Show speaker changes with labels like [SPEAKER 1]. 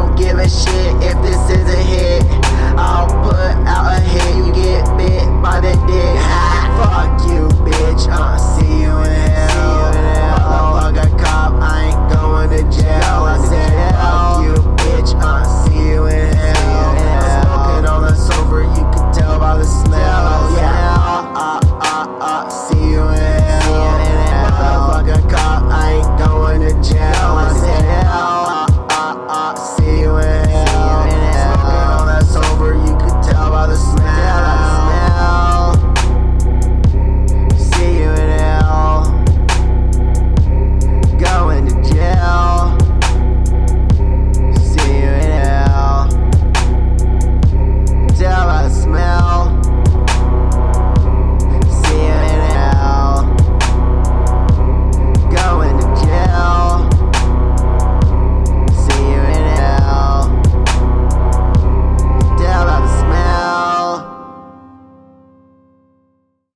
[SPEAKER 1] that shit.